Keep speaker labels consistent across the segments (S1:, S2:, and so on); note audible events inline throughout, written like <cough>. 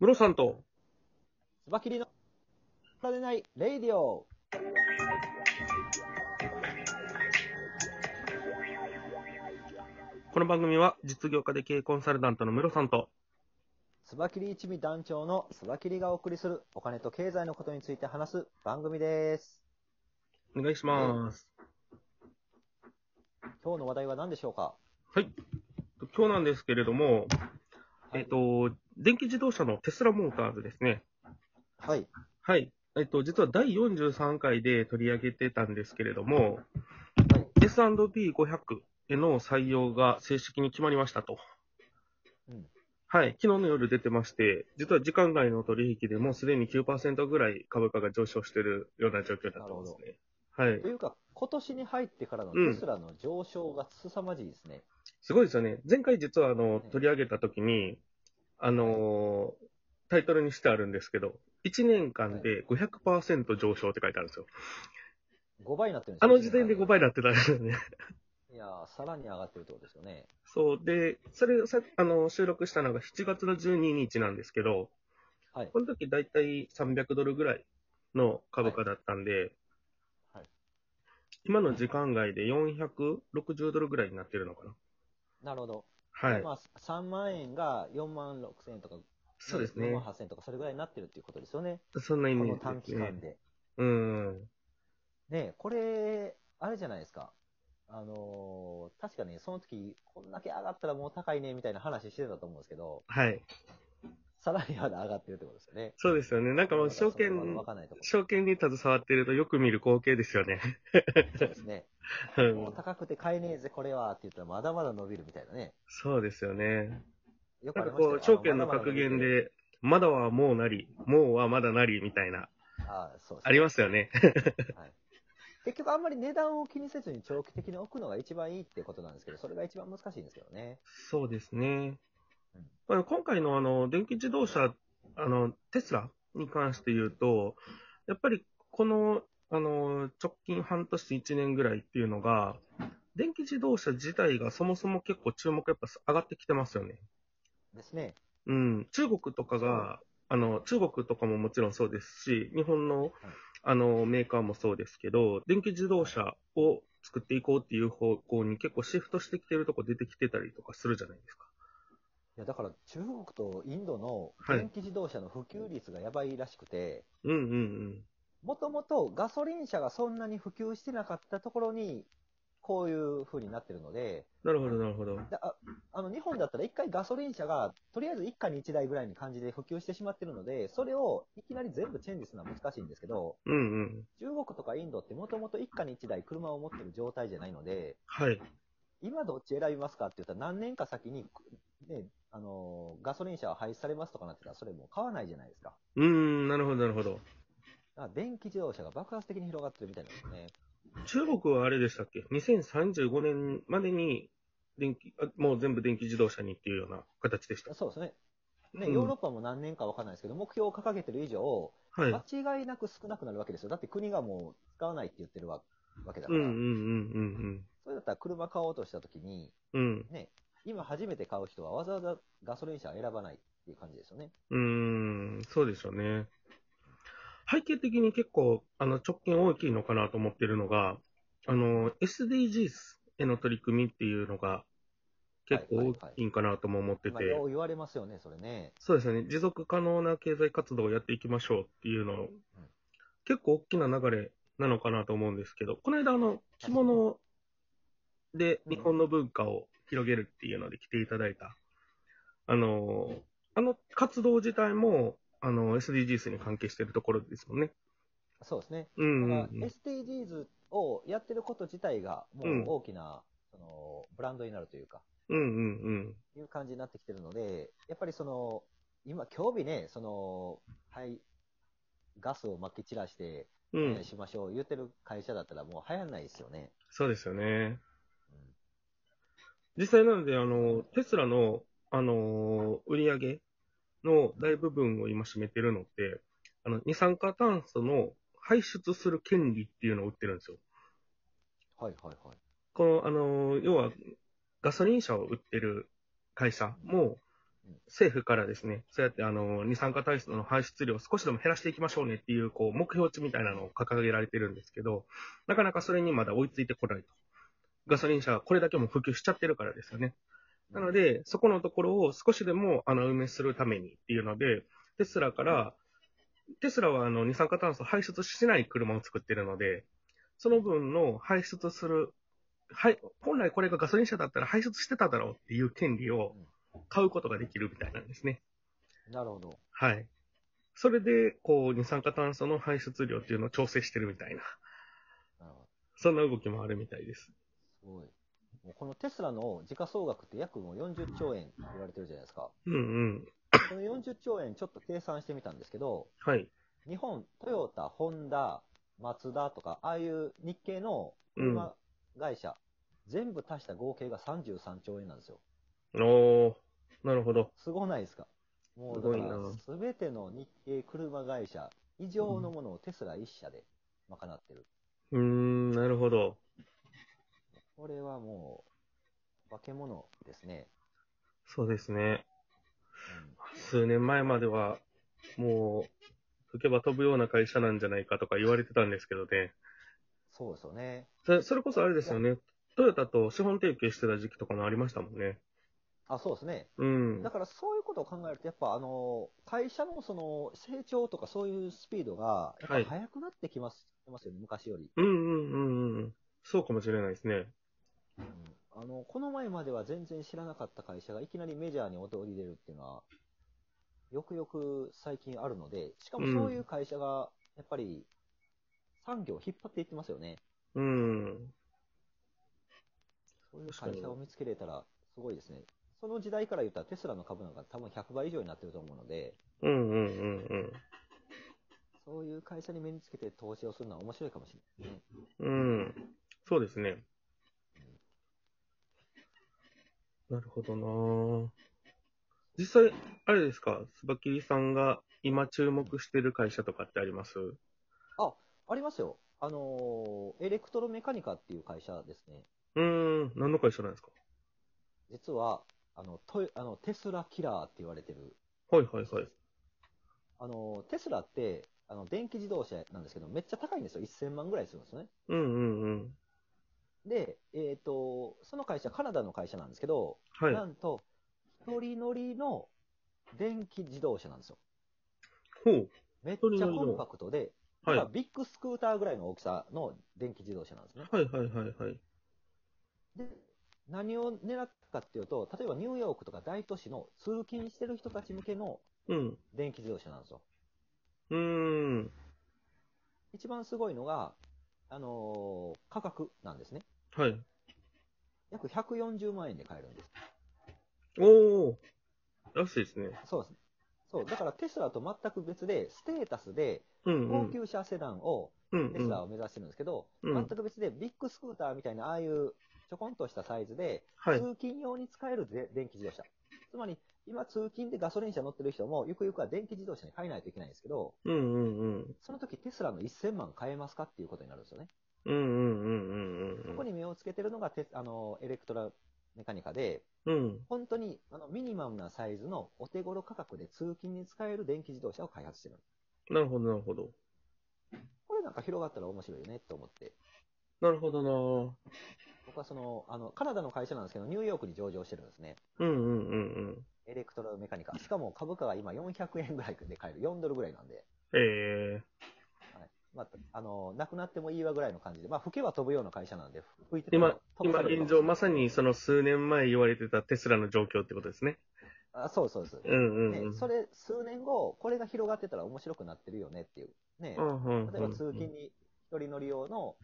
S1: ムロさんと、
S2: スバキリの、されないレイディオ。
S1: この番組は実業家で経営コンサルタントのムロさんと、
S2: スバキリ一味団長のスバキリがお送りするお金と経済のことについて話す番組です。
S1: お願いします。
S2: 今日の話題は何でしょうか
S1: 今日なんですけれども、
S2: は
S1: え
S2: い
S1: っと、電気自動車のテスラモーターズですね。
S2: はい。
S1: はい。えっと、実は第43回で取り上げてたんですけれども、
S2: はい。
S1: S&P500 への採用が正式に決まりましたと。
S2: うん
S1: はい。昨日の夜出てまして、実は時間外の取引でもうすでに9%ぐらい株価が上昇してるような状況だったんですね。はい
S2: と。いうか、今年に入ってからの
S1: うん
S2: テスラの上昇が凄まじいですね。
S1: すごいですよね。前回実はあの
S2: ね、
S1: 取り上げたときに、あのータイトルにしてあるんですけど、1年間で500%上昇って書いてあるんですよ。
S2: 5倍になってるんです
S1: あ
S2: よ
S1: の時点で5倍になってたんですよね。
S2: いやー、さらに上がってるってことですよね。
S1: そう。で、それ、さあの、収録したのが7月の12日なんですけど、
S2: はい
S1: この時だいたい300ドルぐらいの株価だったんで、
S2: はいはい
S1: 今の時間外で460ドルぐらいになってるのかな。
S2: なるほど。
S1: はい。
S2: まあ、3万円が4万6千円とか、
S1: そうです
S2: 4万
S1: ね。
S2: 8千円とか、それぐらいになってるっていうことですよね。
S1: そんなイ
S2: こ
S1: メ
S2: の
S1: ー
S2: 短
S1: ジで
S2: 期
S1: すね
S2: 間。で。
S1: うん。
S2: ねえ、これ、あれじゃないですか。あのー確かね、その時、こんだけ上がったらもう高いね、みたいな話してたと思うんですけど、
S1: はい。
S2: さらにまだ上がってるってことですよね。
S1: そうですよね。なんかもう証券、
S2: まだわかんないとこ
S1: 証券に携わってるとよく見る光景ですよね。
S2: そうですね。
S1: う
S2: もうん高くて買えねえぜ、これは、って言ったらまだまだ伸びるみたいなね。
S1: <laughs> そうですよね。
S2: よく
S1: な
S2: あ
S1: ん
S2: り
S1: か
S2: ました
S1: こ
S2: よ
S1: う、証券の格言。で、まだはもうなり、もうはまだなりみたいな、
S2: あのまだまだ伸びるああ、そうです
S1: ありますよ
S2: <laughs>
S1: ね。
S2: はい結局あんまり値段を気にせずに長期的に置くのが一番いいってことなんですけど、それが一番難しいんですけどね。
S1: そうですね
S2: うん。
S1: まあ今回のあの、電気自動車、あの、テスラに関して言うと、やっぱりこの、あの、直近半年1年ぐらいっていうのが、電気自動車自体がそもそも結構注目やっぱ上がってきてますよね。
S2: ですね。
S1: うん、中国とかが、あの、中国とかももちろんそうですし、日本の、あの、メーカーもそうですけど、電気自動車を作っていこうっていう方向に結構シフトしてきてるとこ出てきてたりとかするじゃないですか。
S2: いや、だから中国とインドの
S1: はい
S2: 電気自動車の普及率がやばいらしくて、
S1: うんうんうん。
S2: もともとガソリン車がそんなに普及してなかったところに、こういう風になってるので、
S1: なるほど、なるほど。
S2: だああの日本だったら一回ガソリン車が、とりあえず一家に一台ぐらいに感じで普及してしまってるので、それをいきなり全部チェンジするのは難しいんですけど、
S1: うんうん。
S2: 中国とかインドってもともと一家に一台車を持ってる状態じゃないので、
S1: はい。
S2: 今どっち選びますかって言ったら何年か先に、ね、あのガソリン車は廃止されますとかなってたら、それもう買わないじゃないですか。
S1: うーん、なるほど、なるほど。
S2: だから電気自動車が爆発的に広がってるみたいなんですね。
S1: 中国はあれでしたっけ ?2035 年までに、電気あ、もう全部電気自動車にっていうような形でした。
S2: そうですね。ね、
S1: うん
S2: ヨーロッパも何年か分からないですけど、目標を掲げてる以上、
S1: はい。うん
S2: 間違いなく少なくなるわけですよ。だって国がもう使わないって言ってるわわけだか
S1: うん
S2: ら、
S1: うんうん
S2: それだったら車買おうとしたときに、
S1: うん。うん。
S2: ね、今初めて買う人はわざわざガソリン車を選ばないっていう感じですよね。
S1: うーん、そうでしょうね。背景的に結構、あの、直近大きいのかなと思ってるのが、あの、SDGs への取り組みっていうのが、結構大きいんかなとも思ってて、
S2: まあ、よう言われますよね、それね。
S1: そうですよね、持続可能な経済活動をやっていきましょうっていうの、結構大きな流れなのかなと思うんですけど、この間、あの、着物で日本の文化を広げるっていうので来ていただいた、あの、あの活動自体も、あの、SDGs に関係してるところですもんね。
S2: そうですね。
S1: うんうん
S2: だ
S1: う
S2: か
S1: ん、
S2: ら SDGs をやってること自体が、も
S1: うん
S2: う大きな、そのブランドになるというか、
S1: うんうんうん。
S2: いう感じになってきてるので、やっぱりその、今、興味ね、その、はい、ガスを撒き散らして、
S1: う
S2: お願い
S1: ん、
S2: しましょう、言ってる会社だったらもう流行んないですよね。
S1: そうですよね。
S2: うん
S1: 実際なので、あの、テスラの、あのー売り上げの大部分を今占めてるのって、あの、二酸化炭素の排出する権利っていうのを売ってるんですよ。
S2: はいはいはい。
S1: この、あのー要は、ガソリン車を売ってる会社も、
S2: うん
S1: 政府からですね、そうやってあの二酸化炭素の排出量を少しでも減らしていきましょうねっていうこう目標値みたいなのを掲げられてるんですけど、なかなかそれにまだ追いついてこないと。ガソリン車はこれだけもう普及しちゃってるからですよね。なの、で、そこのところを少しでも穴埋めするためにっていうので、テスラから、テスラはあの二酸化炭素排出しない車を作ってるので、その分の排出する、はい、本来これがガソリン車だったら排出してただろうっていう権利を買うことができるみたいなんですね。
S2: なるほど。
S1: はい。それで、こう、二酸化炭素の排出量っていうのを調整してるみたいな、
S2: なるほど。
S1: そんな動きもあるみたいです。
S2: すごい。もうこのテスラの時価総額って約もう40兆円って言われてるじゃないですか。
S1: うんうん。
S2: この40兆円ちょっと計算してみたんですけど、
S1: はい。
S2: 日本、トヨタ、ホンダ、マツダとか、ああいう日系の
S1: うん。
S2: 車会社、全部足した合計が33兆円なんですよ。
S1: おー、なるほど。
S2: すごないですかもう
S1: すご
S2: だ
S1: い
S2: か
S1: な
S2: ら、すべての日系車会社以上のものをテスラ一社で賄ってる。
S1: うーん、なるほど。
S2: これはもう、化け物ですね。
S1: そうですね。数年前までは、もう、吹けば飛ぶような会社なんじゃないかとか言われてたんですけどね。
S2: そうですよね。
S1: そそれこそあれですよね。トヨタと資本提携してた時期とかもありましたもんね。
S2: あ、そうですね。
S1: うん。
S2: だからそういうことを考えると、やっぱあの会社のその成長とかそういうスピードが、やっぱ
S1: はい
S2: 速くなってきます,、ますよね、昔より、
S1: うんうんうんうん。そうかもしれないですね。
S2: うんあの。この前までは全然知らなかった会社がいきなりメジャーに躍り出るっていうのは、よくよく最近あるので、しかもそういう会社がやっぱり産業を引っ張っていってますよね。
S1: うん。
S2: そういう会社を見つけれたらすごいですね。その時代から言ったらテスラの株なんか多分100倍以上になってると思うので、
S1: うんうんうん
S2: そういう会社に目につけて投資をするのは面白いかもしれないですね。
S1: うん。うん。そうですね。なるほどなぁ実際、あれですか、スバキリさんが今注目してる会社とかってあります
S2: ありますよ。あのーエレクトロメカニカっていう会社ですね。
S1: うーん、何の会社なんですか
S2: 実は、あの、トヨあのテスラキラーって言われてる。
S1: はいはいはい。
S2: あのーテスラって、あの、電気自動車なんですけど、めっちゃ高いんですよ。1000万ぐらいするんですよね。
S1: うんうんうん。
S2: で、えっ、と、その会社、カナダの会社なんですけど、
S1: はい。
S2: なんと、一人乗りの電気自動車なんですよ。
S1: ほう。
S2: めっち
S1: 一人
S2: ゃ
S1: 乗り
S2: コ
S1: の
S2: ンパクトで、
S1: はい。
S2: だ
S1: は
S2: からビッグスクーターぐらいの大きさの電気自動車なんですね。
S1: いはいはいはい。
S2: で、何を狙ったかっていうと、例えばニューヨークとか大都市の通勤してる人たち向けの
S1: うん。
S2: 電気自動車なんですよ。
S1: うーん。
S2: 一番すごいのが、あのー価格なんですね。
S1: はい。
S2: 約140万円で買えるんです。
S1: おー。らしいですね。
S2: そうです。そう。だからテスラと全く別で、ステータスで
S1: うんう
S2: 高
S1: ん。
S2: 級車セダンを、
S1: うん
S2: テスラを目指してるんですけど、
S1: うん
S2: 全く別でビッグスクーターみたいな、ああいうちょこんとしたサイズで、
S1: はい。
S2: 通勤用に使えるで電気自動車。つまり、今通勤でガソリン車乗ってる人も、ゆくゆくは電気自動車に変えないといけないんですけど、
S1: うんうんうん。
S2: その時テスラの1000万買えますかっていうことになるんですよね。
S1: うんうんうんうん
S2: こ
S1: う
S2: こ
S1: ん
S2: に目をつけてるのがテスあのエレクトラメカニカで、
S1: うん。うん。
S2: 本当にあのミニマムなサイズのお手頃価格で通勤に使える電気自動車を開発してる。
S1: なるほどなるほど。
S2: これなんか広がったら面白いよねと思って。
S1: なるほどなぁ。
S2: 僕はその、あの、カナダの会社なんですけど、ニューヨークに上場してるんですね。
S1: うんうんうんうん。
S2: エレクトラメカニカ。しかも株価が今400円ぐらいで買える。4ドルぐらいなんで。
S1: え
S2: はい。まあ、あの、なくなってもいいわぐらいの感じで。まあ、吹けば飛ぶような会社なんで、吹いて
S1: ー、
S2: ても
S1: 今、
S2: 飛ば
S1: 今
S2: さ
S1: 現
S2: れるかもしれな
S1: 状
S2: い
S1: まさにその数年前言われてたテスラの状況ってことですね。
S2: あ、そうそうです。
S1: うんうんうん。
S2: ね、それ、数年後、これが広がってたら面白くなってるよねっていう。ね
S1: う、んうんうん、
S2: 例えば通勤に一人乗り用の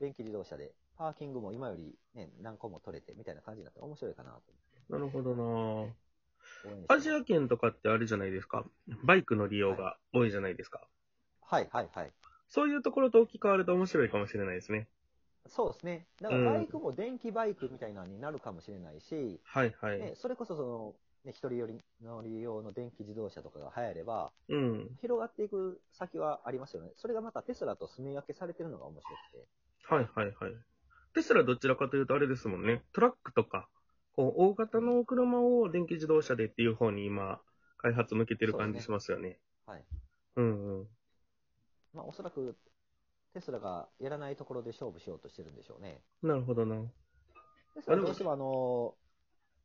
S2: 電気自動車で、パーキングも今より、ね、何個も取れてみたいな感じになったら面白いかなと
S1: なるほどなぁ。
S2: 思って。応援
S1: ア
S2: して
S1: ジア圏とかってあれじゃないですか。バイクの利用が多いじゃないですか。
S2: はいはいはい。
S1: そういうところと置き換わると面白いかもしれないですね。
S2: そうですね。だか
S1: うん
S2: らバイクも電気バイクみたいなのになるかもしれないし、
S1: はいはい。
S2: ね、それこそその、ね、一人より乗り用の電気自動車とかが流行れば、
S1: うん。
S2: 広がっていく先はありますよね。それがまたテスラと住み分けされてるのが面白くて。
S1: はいはいはい。テスラどちらかというとあれですもんね。トラックとか、こう大型の車を電気自動車でっていう方に今、開発向けてる感じしますよね。
S2: はい。
S1: うんうん。
S2: まあ、おそらく、テスラがやらないところで勝負しようとしてるんでしょうね。
S1: なるほどな。
S2: テスラ
S1: あでも
S2: としては、あの、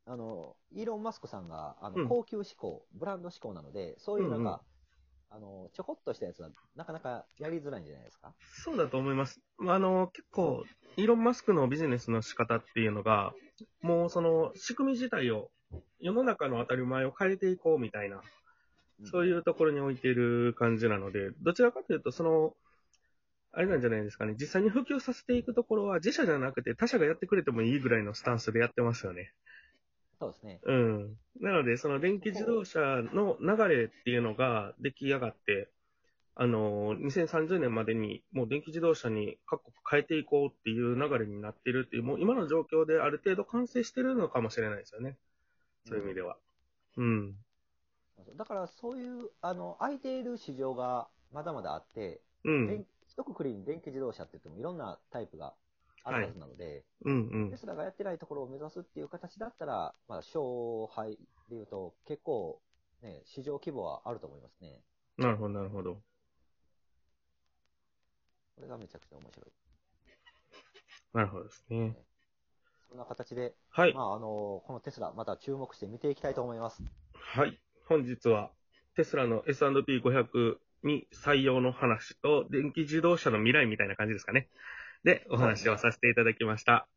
S2: あの、イーロン・マスクさんが、あ
S1: うん
S2: の、高級志向、ブランド志向なので、そういうなん
S1: うんうん
S2: か、あの、ちょこっとしたやつは、なかなかやりづらいんじゃないですか。
S1: そうだと思います。まあ、あの、結構、イーロン・マスクのビジネスの仕方っていうのが、もうその仕組み自体を、世の中の当たり前を変えていこうみたいな、そういうところに置いている感じなので、どちらかというと、その、あれなんじゃないですかね、実際に普及させていくところは、自社じゃなくて他社がやってくれてもいいぐらいのスタンスでやってますよね。
S2: そうですね。
S1: うん。なので、その電気自動車の流れっていうのが出来上がって、あの、2030年までにもう電気自動車に各国変えていこうっていう流れになってるっていう、もう今の状況である程度完成してるのかもしれないですよね。そういう意味では。うん。
S2: だから、そういう、あの、空いている市場がまだまだあって、
S1: うん。
S2: 電一括りに電気自動車って言ってもいろんなタイプがあるはずなので、
S1: うんうん
S2: テ。スラがやってないところを目指すっていう形だったら、まあ、勝敗でいうと結構、ね、市場規模はあると思いますね。
S1: なるほど、なるほど。
S2: これがめちゃくちゃ面白い。
S1: なるほどですね。
S2: そんな形で、
S1: はい。
S2: まあ、あの、このテスラ、また注目して見ていきたいと思います。
S1: はい。本日は、テスラの S&P500 に採用の話と、電気自動車の未来みたいな感じですかね。で、お話をさせていただきました。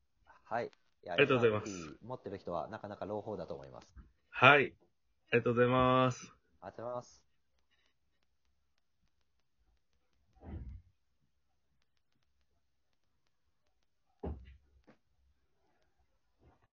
S2: はい。あ
S1: ありがとうございます。
S2: 持ってる人はなかなか朗報だと思います。
S1: はい。ありがとうございます。
S2: ありがとうございます。